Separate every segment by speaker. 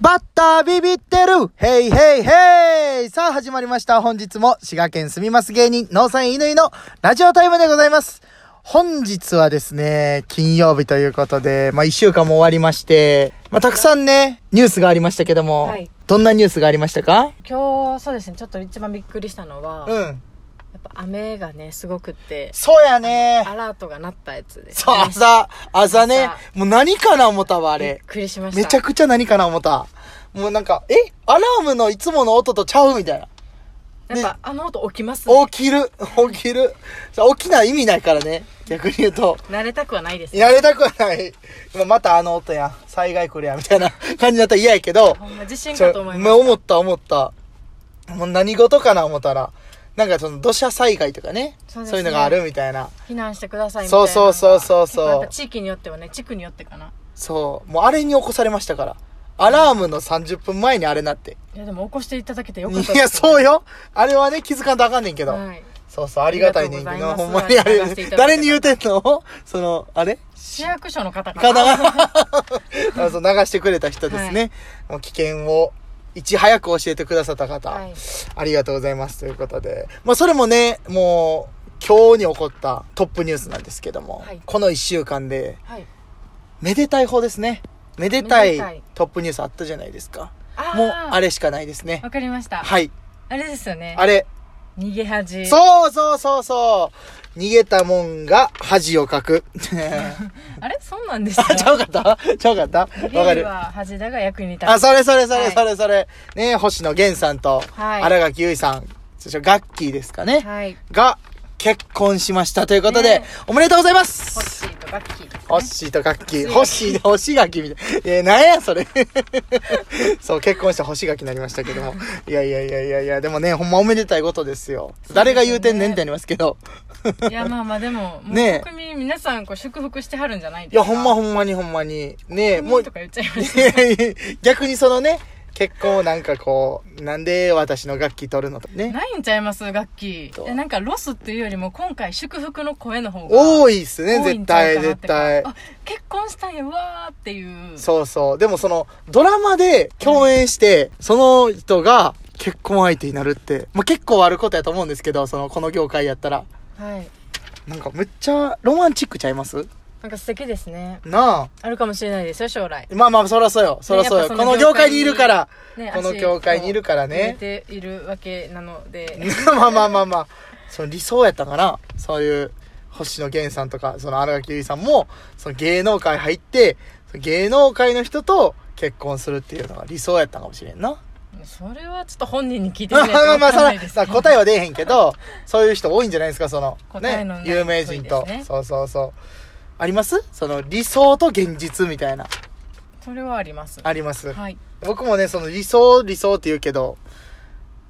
Speaker 1: バッタービビってるヘイヘイヘイさあ始まりました。本日も滋賀県住みます芸人、農産犬のラジオタイムでございます。本日はですね、金曜日ということで、まあ一週間も終わりまして、まあたくさんね、ニュースがありましたけども、
Speaker 2: はい
Speaker 1: どんなニュースがありましたか
Speaker 2: 今日そうですねちょっと一番びっくりしたのは、やっ
Speaker 1: うん。
Speaker 2: ぱ雨がねすごくって
Speaker 1: そうやね
Speaker 2: ア。ラートが鳴ったやつです、
Speaker 1: そう、
Speaker 2: ね、
Speaker 1: 朝、朝ね
Speaker 2: 朝。
Speaker 1: もう何かな思ったわ、あ
Speaker 2: びっ
Speaker 1: れ。
Speaker 2: くりしました
Speaker 1: めちゃくちゃ何かな思った。もうなんか、えアラームのいつもの音とちゃうみたいな。
Speaker 2: やっぱ、あの音起きますね
Speaker 1: 起きる。 起きる。起きない意味ないからね。逆に言うと。
Speaker 2: 慣れたくはないですね
Speaker 1: やれたくはない。今またあの音やん。災害来るやん。みたいな 感じだったら嫌やけど。
Speaker 2: ほんま地震
Speaker 1: ちょ
Speaker 2: かと思いま
Speaker 1: もう
Speaker 2: し
Speaker 1: 思った思った。もう何事かな思ったら。なんかその土砂災害とかね。そ,、
Speaker 2: そううですね
Speaker 1: いうのがあるみたいな。
Speaker 2: た避難してくださいみたいな
Speaker 1: そうそうそうそうそう
Speaker 2: 結構やっぱ地域によってはね地区によってかな
Speaker 1: そう。もうあれに起こされましたから。アラームの30分前にあれなって。
Speaker 2: いやでも起こしていただけてよかった
Speaker 1: いや、
Speaker 2: う
Speaker 1: そうよ。あれはね、気づかんとあかんねんけど。
Speaker 2: はい、
Speaker 1: そうそう、ありがたいねん
Speaker 2: あ
Speaker 1: け
Speaker 2: り
Speaker 1: ど、
Speaker 2: がと
Speaker 1: ほ
Speaker 2: うんござい
Speaker 1: ま
Speaker 2: ます
Speaker 1: にあれ
Speaker 2: 流してい、ただいて
Speaker 1: 誰に言うてんのその、あれ
Speaker 2: 市役所の方か
Speaker 1: か
Speaker 2: な
Speaker 1: な あそう流してくれた人ですね。もう危険を、いち早く教えてくださった方、
Speaker 2: はい、
Speaker 1: ありがとうございますということで。まあ、それもね、もう、今日に起こったトップニュースなんですけども、
Speaker 2: はい
Speaker 1: この一週間で、
Speaker 2: はい、
Speaker 1: めでたい方ですね。めでた
Speaker 2: めでた
Speaker 1: い
Speaker 2: い
Speaker 1: トップニュースあったじゃないですか。
Speaker 2: あー
Speaker 1: もう、あれしかないですね。
Speaker 2: わかりました、
Speaker 1: はい。
Speaker 2: あれですよね
Speaker 1: あれ。
Speaker 2: 逃げ恥
Speaker 1: そうそうそうそう。逃げたもんが恥をかく。
Speaker 2: あれそうなんです
Speaker 1: あ、ちゃ
Speaker 2: か
Speaker 1: うかった ちゃうかったわか
Speaker 2: 逃げ
Speaker 1: る。
Speaker 2: は恥だが役に立つ
Speaker 1: あ、それそれそ
Speaker 2: は
Speaker 1: れ
Speaker 2: い
Speaker 1: それそれ。ね、星野源さんと、
Speaker 2: はい
Speaker 1: 新垣結衣さん、そしてガッキーですかね。
Speaker 2: はい
Speaker 1: が、結婚しましたということで、
Speaker 2: ね
Speaker 1: おめでとうございま
Speaker 2: ホッ
Speaker 1: す
Speaker 2: シーとガッキーです
Speaker 1: ホッ
Speaker 2: ね
Speaker 1: シーとガッキー。ホッ
Speaker 2: 星
Speaker 1: シーで星ガキみたい。えー、なんやそれ。 そう、結婚した星ガキになりましたけども。いやいやいやいやいや、でもね、ほんまおめでたいことですよ。誰が言うてんねんってなりますけど。
Speaker 2: いやまあまあでも、もう
Speaker 1: ねえ
Speaker 2: 国民皆さんこう祝福してはるんじゃない
Speaker 1: い
Speaker 2: です
Speaker 1: や、
Speaker 2: か。
Speaker 1: ほんまほんまにほんまに。ねも
Speaker 2: も
Speaker 1: う
Speaker 2: うと、か言っちゃいまし
Speaker 1: いやいや逆にそのね、結婚をなんかこう、なんで私の楽器取るのとか
Speaker 2: た。
Speaker 1: ね。
Speaker 2: ないんちゃいます楽器
Speaker 1: そう。
Speaker 2: えなんかロスっていうよりも今回祝福の声の方が
Speaker 1: 多いっすね、
Speaker 2: 多い
Speaker 1: 絶
Speaker 2: んちゃう
Speaker 1: 対、
Speaker 2: かなっ
Speaker 1: 絶
Speaker 2: て
Speaker 1: 対。
Speaker 2: あ結婚したんやわーっていう。
Speaker 1: そうそう。でもその、ドラマで共演して、その人が結婚相手になるって、まあ、結構あることやと思うんですけど、その、この業界やったら。
Speaker 2: はい。
Speaker 1: なんかむっちゃロマンチックちゃいます
Speaker 2: なんか素敵ですね。
Speaker 1: な
Speaker 2: あるかもしれないですよ将来。
Speaker 1: あ。まあまあ、そらそうよ。そらそうよ。
Speaker 2: やっぱ
Speaker 1: こ
Speaker 2: その
Speaker 1: の業界にいるから。
Speaker 2: ね
Speaker 1: この
Speaker 2: 足
Speaker 1: 業界にいるからね
Speaker 2: そう入れているわけなので。
Speaker 1: まあまあまあまあ、その理想やったかな。そういう、星野源さんとか、その荒垣結衣さんも、その芸能界入って、その芸能界の人と結婚するっていうのが理想やったかもしれんな。
Speaker 2: それはちょっと本人に聞いてみ
Speaker 1: まあ
Speaker 2: ないと
Speaker 1: まあ
Speaker 2: わ
Speaker 1: まあ、
Speaker 2: かん
Speaker 1: そ
Speaker 2: な
Speaker 1: ら
Speaker 2: いです
Speaker 1: さあ答えは出えへんけど、そういう人多いんじゃないですか、その、
Speaker 2: 答え
Speaker 1: ね
Speaker 2: のない、
Speaker 1: 有名人
Speaker 2: 多
Speaker 1: と
Speaker 2: いです。ね
Speaker 1: そうそうそう。ありますその理想と現実みたいな。
Speaker 2: それはあります。
Speaker 1: あります。
Speaker 2: はい。
Speaker 1: 僕もね、その理想、理想って言うけど、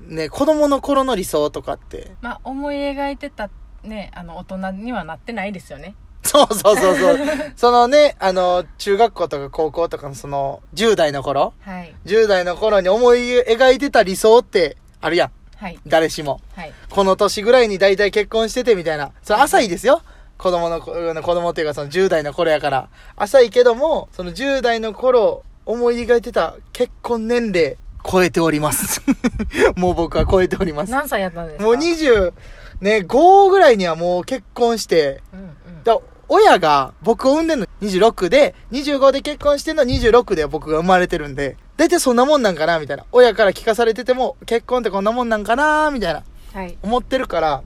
Speaker 1: ね、子供の頃の理想とかって、
Speaker 2: まあ、思い描いてた、ね、あの、大人にはなってないですよね。
Speaker 1: そうそうそう そう。そのね、あの、中学校とか高校とかのその、10代の頃
Speaker 2: はい。
Speaker 1: ?10 代の頃に思い描いてた理想って、あるやん。
Speaker 2: はい。
Speaker 1: 誰しも。
Speaker 2: はい。
Speaker 1: この年ぐらいに大体結婚しててみたいな。それ浅いですよ。子供の頃、子供っていうかその10代の頃やから。浅いけども、その10代の頃、思い描いてた結婚年齢、超えております。 もう僕は超えております。
Speaker 2: 何歳やったんですか
Speaker 1: もう、20、ね、5ぐらいにはもう結婚して、
Speaker 2: うんうん。
Speaker 1: だ親が僕を産んでんの26で、25で結婚してんの26で僕が生まれてるんで、大体そんなもんなんかなみたいな。親から聞かされてても、結婚ってこんなもんなんかなみたいな。
Speaker 2: はい。
Speaker 1: 思ってるから、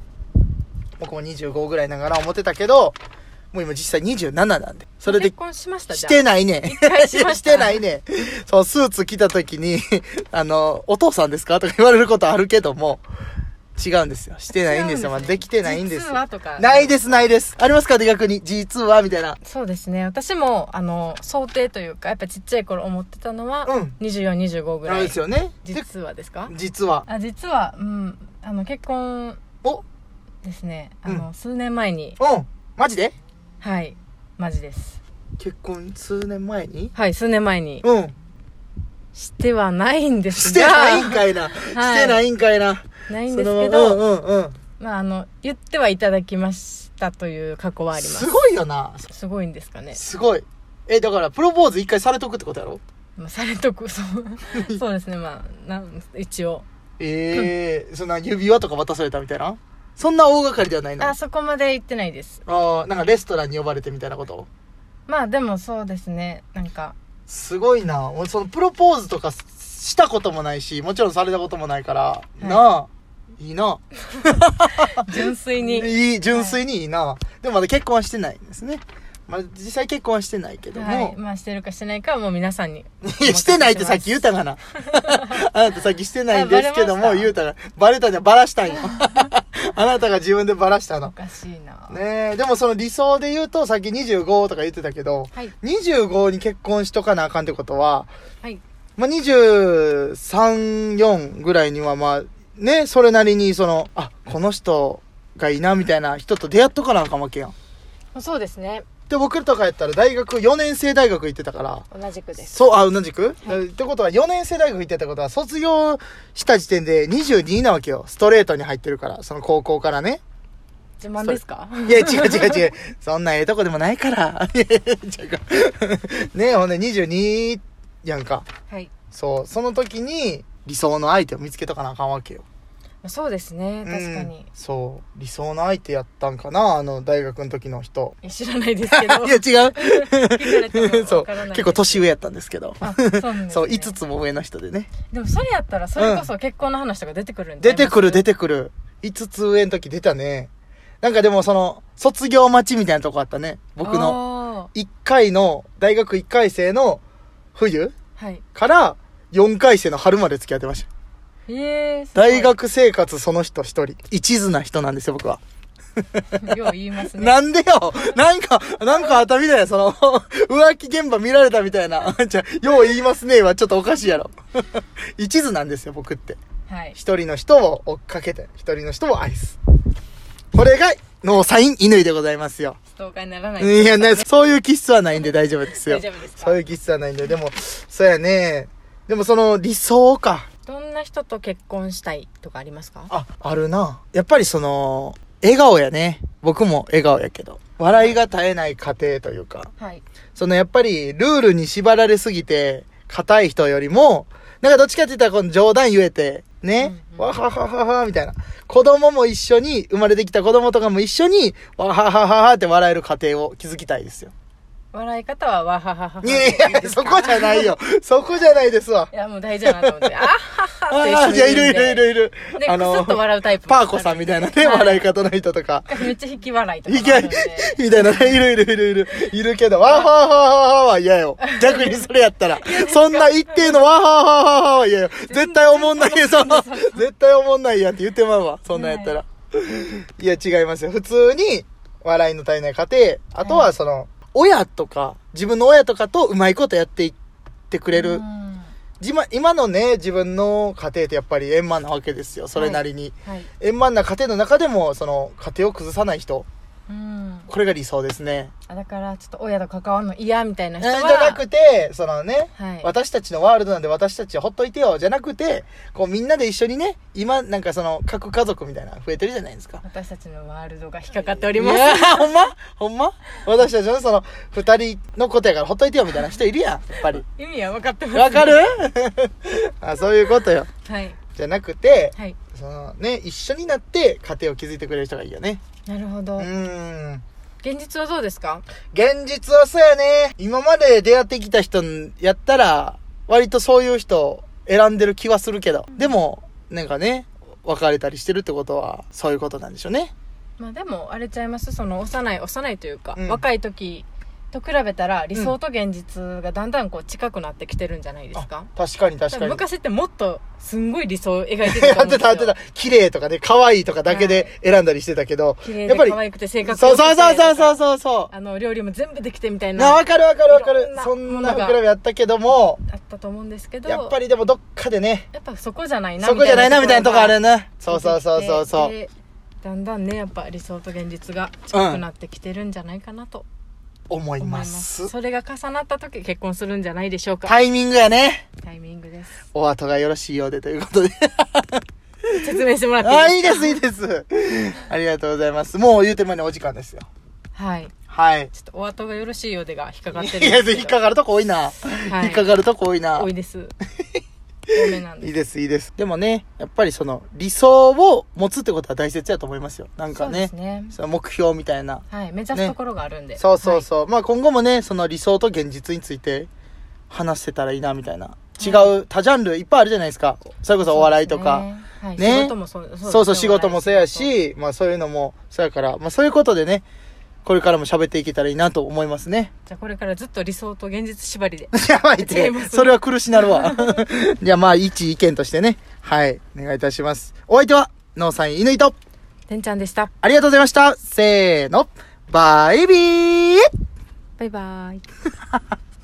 Speaker 1: 僕も25ぐらいながら思ってたけど、もう今実際27なんで。それで
Speaker 2: 結、婚しました
Speaker 1: し
Speaker 2: じゃ
Speaker 1: てないね
Speaker 2: 一回しま し
Speaker 1: したてないねそう、スーツ着た時に、 あの、お父さんですかとか言われることあるけども、違うんですよ。してないんですよ。
Speaker 2: 違
Speaker 1: ま
Speaker 2: うんですね
Speaker 1: あ、できてないんですよ。
Speaker 2: 実はとか
Speaker 1: ないです、ないです。ありますかで逆に。実はみたいな。
Speaker 2: あ。そうですね。私も、あの、想定というか、やっぱちっちゃい頃思ってたのは、
Speaker 1: うん
Speaker 2: 24、25ぐ
Speaker 1: あ
Speaker 2: ら
Speaker 1: れ
Speaker 2: い
Speaker 1: です。よね。で
Speaker 2: 実はですか
Speaker 1: 実は。
Speaker 2: あ、実は、うん。あの、結婚
Speaker 1: お、うん。
Speaker 2: ですね。あ
Speaker 1: う
Speaker 2: の、数年前に、
Speaker 1: マジで
Speaker 2: はい。マジです。
Speaker 1: 結婚数年前に
Speaker 2: はい、数年前に。
Speaker 1: うん。
Speaker 2: してはないんです
Speaker 1: し
Speaker 2: が。
Speaker 1: てないん かいな。
Speaker 2: い
Speaker 1: してないんかいな。
Speaker 2: ないん
Speaker 1: そ
Speaker 2: です
Speaker 1: の
Speaker 2: けど、
Speaker 1: うんうんうん。
Speaker 2: まああの言ってはいただきましたという過去はあります
Speaker 1: すごいよな。
Speaker 2: すごいんですかね
Speaker 1: すごい。え、だから、プロポーズ一回されとくってことやろ
Speaker 2: まあ、されとくそ うそうですねまあなん一応
Speaker 1: ええそんな指輪とか渡されたみたいなそんな大掛かりではないの
Speaker 2: あそこまで行ってないです
Speaker 1: ああなんかレストランに呼ばれてみたいなこと
Speaker 2: まあでもそうですねなんか
Speaker 1: すごいな俺そのプロポーズとかしたこともないしもちろんされたこともないから、
Speaker 2: い
Speaker 1: なあいいな
Speaker 2: 純粋に
Speaker 1: いい純粋にいいな、でもまだ結婚はしてないんですねまあ、実際結婚はしてないけども、
Speaker 2: はい、まあしてるかしてないかはもう皆さんに
Speaker 1: いやしてないってさっき言うたが な。あなたさっきしてないんですけど
Speaker 2: あバレま
Speaker 1: も、
Speaker 2: した
Speaker 1: 言うたが、バレたじゃん、バラしたんよ。 あなたが自分でバラした
Speaker 2: お
Speaker 1: の。
Speaker 2: かしいな、
Speaker 1: ねえ、でもその理想で言うと、さっき25とか言ってたけど、
Speaker 2: はい
Speaker 1: 25に結婚しとかなあかんってことは、
Speaker 2: はい
Speaker 1: まあ、23、4ぐらいにはまあ、ね、それなりにその、あ、この人がいいなみたいな人と出会っとかなあかんわけやん。
Speaker 2: そうですね
Speaker 1: で、僕とかやったら大学、4年生大学行ってたから、
Speaker 2: 同じくです
Speaker 1: そう、あ、同じく、ってことは、4年生大学行ってたことは、卒業した時点で22なわけよ。ストレートに入ってるから、その高校からね。
Speaker 2: 自慢ですか
Speaker 1: いや、違う違う違う。そんなええとこでもないから。 いやいや違う ねえ、ほんで22やんか。
Speaker 2: はい
Speaker 1: そう、その時に理想の相手を見つけとかなあかんわけよ。
Speaker 2: そうですね確か
Speaker 1: うん
Speaker 2: に、
Speaker 1: そう、理想の相手やったんかな、あの、大学の時の人。
Speaker 2: いや知らないですけ ど
Speaker 1: いや、違 う。
Speaker 2: 聞かれて も
Speaker 1: そ
Speaker 2: わ
Speaker 1: う
Speaker 2: からない、
Speaker 1: 結構年上やったんですけど。
Speaker 2: あそうなんですね
Speaker 1: そう、5つも上の人でね。
Speaker 2: でもそれやったらそれこそ結婚の話とか出てくるんで、
Speaker 1: 出てくる出
Speaker 2: て
Speaker 1: てくる。5つ上の時出たね。なんかでもその、卒業待ちみたいなとこあったね。僕の。
Speaker 2: の
Speaker 1: 1回の、大学1回生の冬
Speaker 2: はい
Speaker 1: から4回生の春まで付き合ってました。
Speaker 2: えー、すごい
Speaker 1: 大学生活その人一人。一途な人なんですよ、僕は。
Speaker 2: よう言いますね
Speaker 1: なんで よなんか、なんかあったみたいな、その、浮気現場見られたみたいな。 じゃあ、よう言いますねはちょっとおかしいやろ。 一途なんですよ、僕って。
Speaker 2: はい
Speaker 1: 一人の人を追っかけて、一人の人を愛す。これが、ノーサイン乾でございますよ。
Speaker 2: ストーカーにならない
Speaker 1: いや、ね、そういう気質はないんで大丈夫ですよ
Speaker 2: 大。丈夫ですか
Speaker 1: そういう気質はないんで、でも、そうやね。でもその理想か。
Speaker 2: どんな人と結婚したいとかありますか
Speaker 1: あ、あるな。やっぱりその、笑顔やね。僕も笑顔やけど。笑いが絶えない家庭というか。
Speaker 2: はい
Speaker 1: そのやっぱりルールに縛られすぎて、硬い人よりも、なんかどっちかって言ったらこの冗談言えて、ね、
Speaker 2: うんうん
Speaker 1: わははははみたいな。子供も一緒に、生まれてきた子供とかも一緒に、わははははって笑える家庭を築きたいですよ。
Speaker 2: 笑い方はわはは ははい
Speaker 1: やいや、そこじゃないよ。そこじゃないですわ。
Speaker 2: いやもう大丈夫だと思 ってあは
Speaker 1: あ
Speaker 2: はって一緒
Speaker 1: あ、
Speaker 2: に
Speaker 1: じゃあいるいるいるいる
Speaker 2: で。
Speaker 1: あ
Speaker 2: クスッと笑うタイプ
Speaker 1: パーコさんみたいなね、
Speaker 2: はい
Speaker 1: 笑い方の人とか。
Speaker 2: めっちゃ引き笑いとか
Speaker 1: い
Speaker 2: もあ
Speaker 1: け、
Speaker 2: るので
Speaker 1: みたいなね、いるいるいるいる、いるけど、わーはーはーはーは嫌 よ。逆にそれやったら。そんな一定のわーはーはーはーは嫌よ。絶対おもんないやん、その、絶対おもんないやんって言ってまうわ、そんなんやったら。いや、違いますよ。普通に、笑いの足りない家庭、あとはその、親とか、自分の親とかとうまいことやっていってくれ
Speaker 2: う
Speaker 1: る。
Speaker 2: ん
Speaker 1: 自慢今のね、自分の家庭ってやっぱり円満なわけですよ、それなりに。
Speaker 2: はい
Speaker 1: 円満な家庭の中でも、その、家庭を崩さない人。
Speaker 2: うん
Speaker 1: これが理想ですね。
Speaker 2: あだからちょっと親と関わるの嫌みたいな人
Speaker 1: じ
Speaker 2: は
Speaker 1: ゃなくて、そのね、
Speaker 2: はい
Speaker 1: 私たちのワールドなんで私たちほっといてよ、じゃなくて、こうみんなで一緒にね、今なんかその各家族みたいなの増えてるじゃないですか。
Speaker 2: 私たちのワールドが引っかかってお
Speaker 1: い
Speaker 2: ります
Speaker 1: やーほんまほんま私たちのその二人のことやからほっといてよみたいな人いるやん、やっぱり。
Speaker 2: 意味は分かってます
Speaker 1: わ かるあそういうことよ。
Speaker 2: はい
Speaker 1: じゃなくて、
Speaker 2: はい
Speaker 1: そのね、一緒になって家庭を築いてくれる人がいいよね。
Speaker 2: なるほ
Speaker 1: う
Speaker 2: ど
Speaker 1: ーん。
Speaker 2: 現実はどうですか
Speaker 1: 現実はそうやね。今まで出会ってきた人やったら、割とそういう人選んでる気はするけど。でも、なんかね、別れたりしてるってことは、そういうことなんでしょうね。
Speaker 2: まあでもあれちゃいますその幼い幼いというか、
Speaker 1: うん
Speaker 2: 若い時と比べたら理想と現実がだんだんこう近くなってきてるんじゃないですか、
Speaker 1: 確かに
Speaker 2: 多
Speaker 1: 確か
Speaker 2: 分
Speaker 1: に。
Speaker 2: 昔ってもっとすんごい理想を描いてた
Speaker 1: や
Speaker 2: と思
Speaker 1: っ
Speaker 2: うんで
Speaker 1: て
Speaker 2: す
Speaker 1: た、
Speaker 2: よ
Speaker 1: やってた。綺麗とかね、可愛いとかだけで選んだりしてたけど。
Speaker 2: 綺麗
Speaker 1: や
Speaker 2: で
Speaker 1: っぱり
Speaker 2: 可愛くて性格
Speaker 1: そうそうそうそうそう
Speaker 2: う
Speaker 1: そうそ。
Speaker 2: あの料理も全部できてみたいう
Speaker 1: な、
Speaker 2: なあ
Speaker 1: わかるわかるわか
Speaker 2: いろ
Speaker 1: る
Speaker 2: ん。な
Speaker 1: そん
Speaker 2: も
Speaker 1: な
Speaker 2: のが
Speaker 1: 膨らみあったけども、
Speaker 2: ったと思うんですけど
Speaker 1: やっぱりでもどっかでね、
Speaker 2: やっぱそこじゃないな
Speaker 1: そこじゃないなみたいなとこある
Speaker 2: ね
Speaker 1: な。そうそうそうそうそう。
Speaker 2: だんだんねやっぱ理想と現実が近くなってきてるんじゃないかなと
Speaker 1: 思い
Speaker 2: 思いま,、
Speaker 1: ますす。
Speaker 2: それが重なった時結婚するんじゃないでしょうか、
Speaker 1: タイミングやね。
Speaker 2: タイミングです
Speaker 1: お後がよろしいようでという ことで。
Speaker 2: 説明してもらっていい
Speaker 1: あ、いいです、いいです。ありがとうございます。もう言うてもにお時間ですよ。
Speaker 2: はい。
Speaker 1: はい。
Speaker 2: ちょっとお後がよろしいようでが引っかかって
Speaker 1: い
Speaker 2: るん
Speaker 1: や、
Speaker 2: ですけど
Speaker 1: 引っかかるとこ多いな。
Speaker 2: はい
Speaker 1: 引っかかるとこ多いな
Speaker 2: 多。いです 多めなん
Speaker 1: いいで
Speaker 2: です
Speaker 1: す、いいです。でもね、やっぱりその、理想を持つってことは大切だと思いますよ。なんか
Speaker 2: そうで
Speaker 1: ね
Speaker 2: す、ね
Speaker 1: その目標みたいな。
Speaker 2: はい目指すところがあるんで、
Speaker 1: そうそうそう。まあ今後もね、その理想と現実について話せたらいいな、みたいな。違う、多ジャンルいっぱいあるじゃないですか。それこ
Speaker 2: はい
Speaker 1: そお笑いとか。
Speaker 2: そうですね,、
Speaker 1: ね
Speaker 2: はい、仕事もそうですね
Speaker 1: そうそう、仕事もそうや
Speaker 2: お笑い
Speaker 1: し、まあそういうのも、そうやから、まあそういうことでね、これからも喋っていけたらいいなと思いますね。
Speaker 2: じゃあこれからずっと理想と現実縛りで
Speaker 1: やばいっ
Speaker 2: 違い
Speaker 1: て
Speaker 2: ます、
Speaker 1: それは苦しなる わ。じゃあまあ一意見としてね、はい、お願いいたします。お相手は、ノーサイン犬井と、
Speaker 2: てんちゃんでした
Speaker 1: ありがとうございました。せーの、バイビー
Speaker 2: バイバイ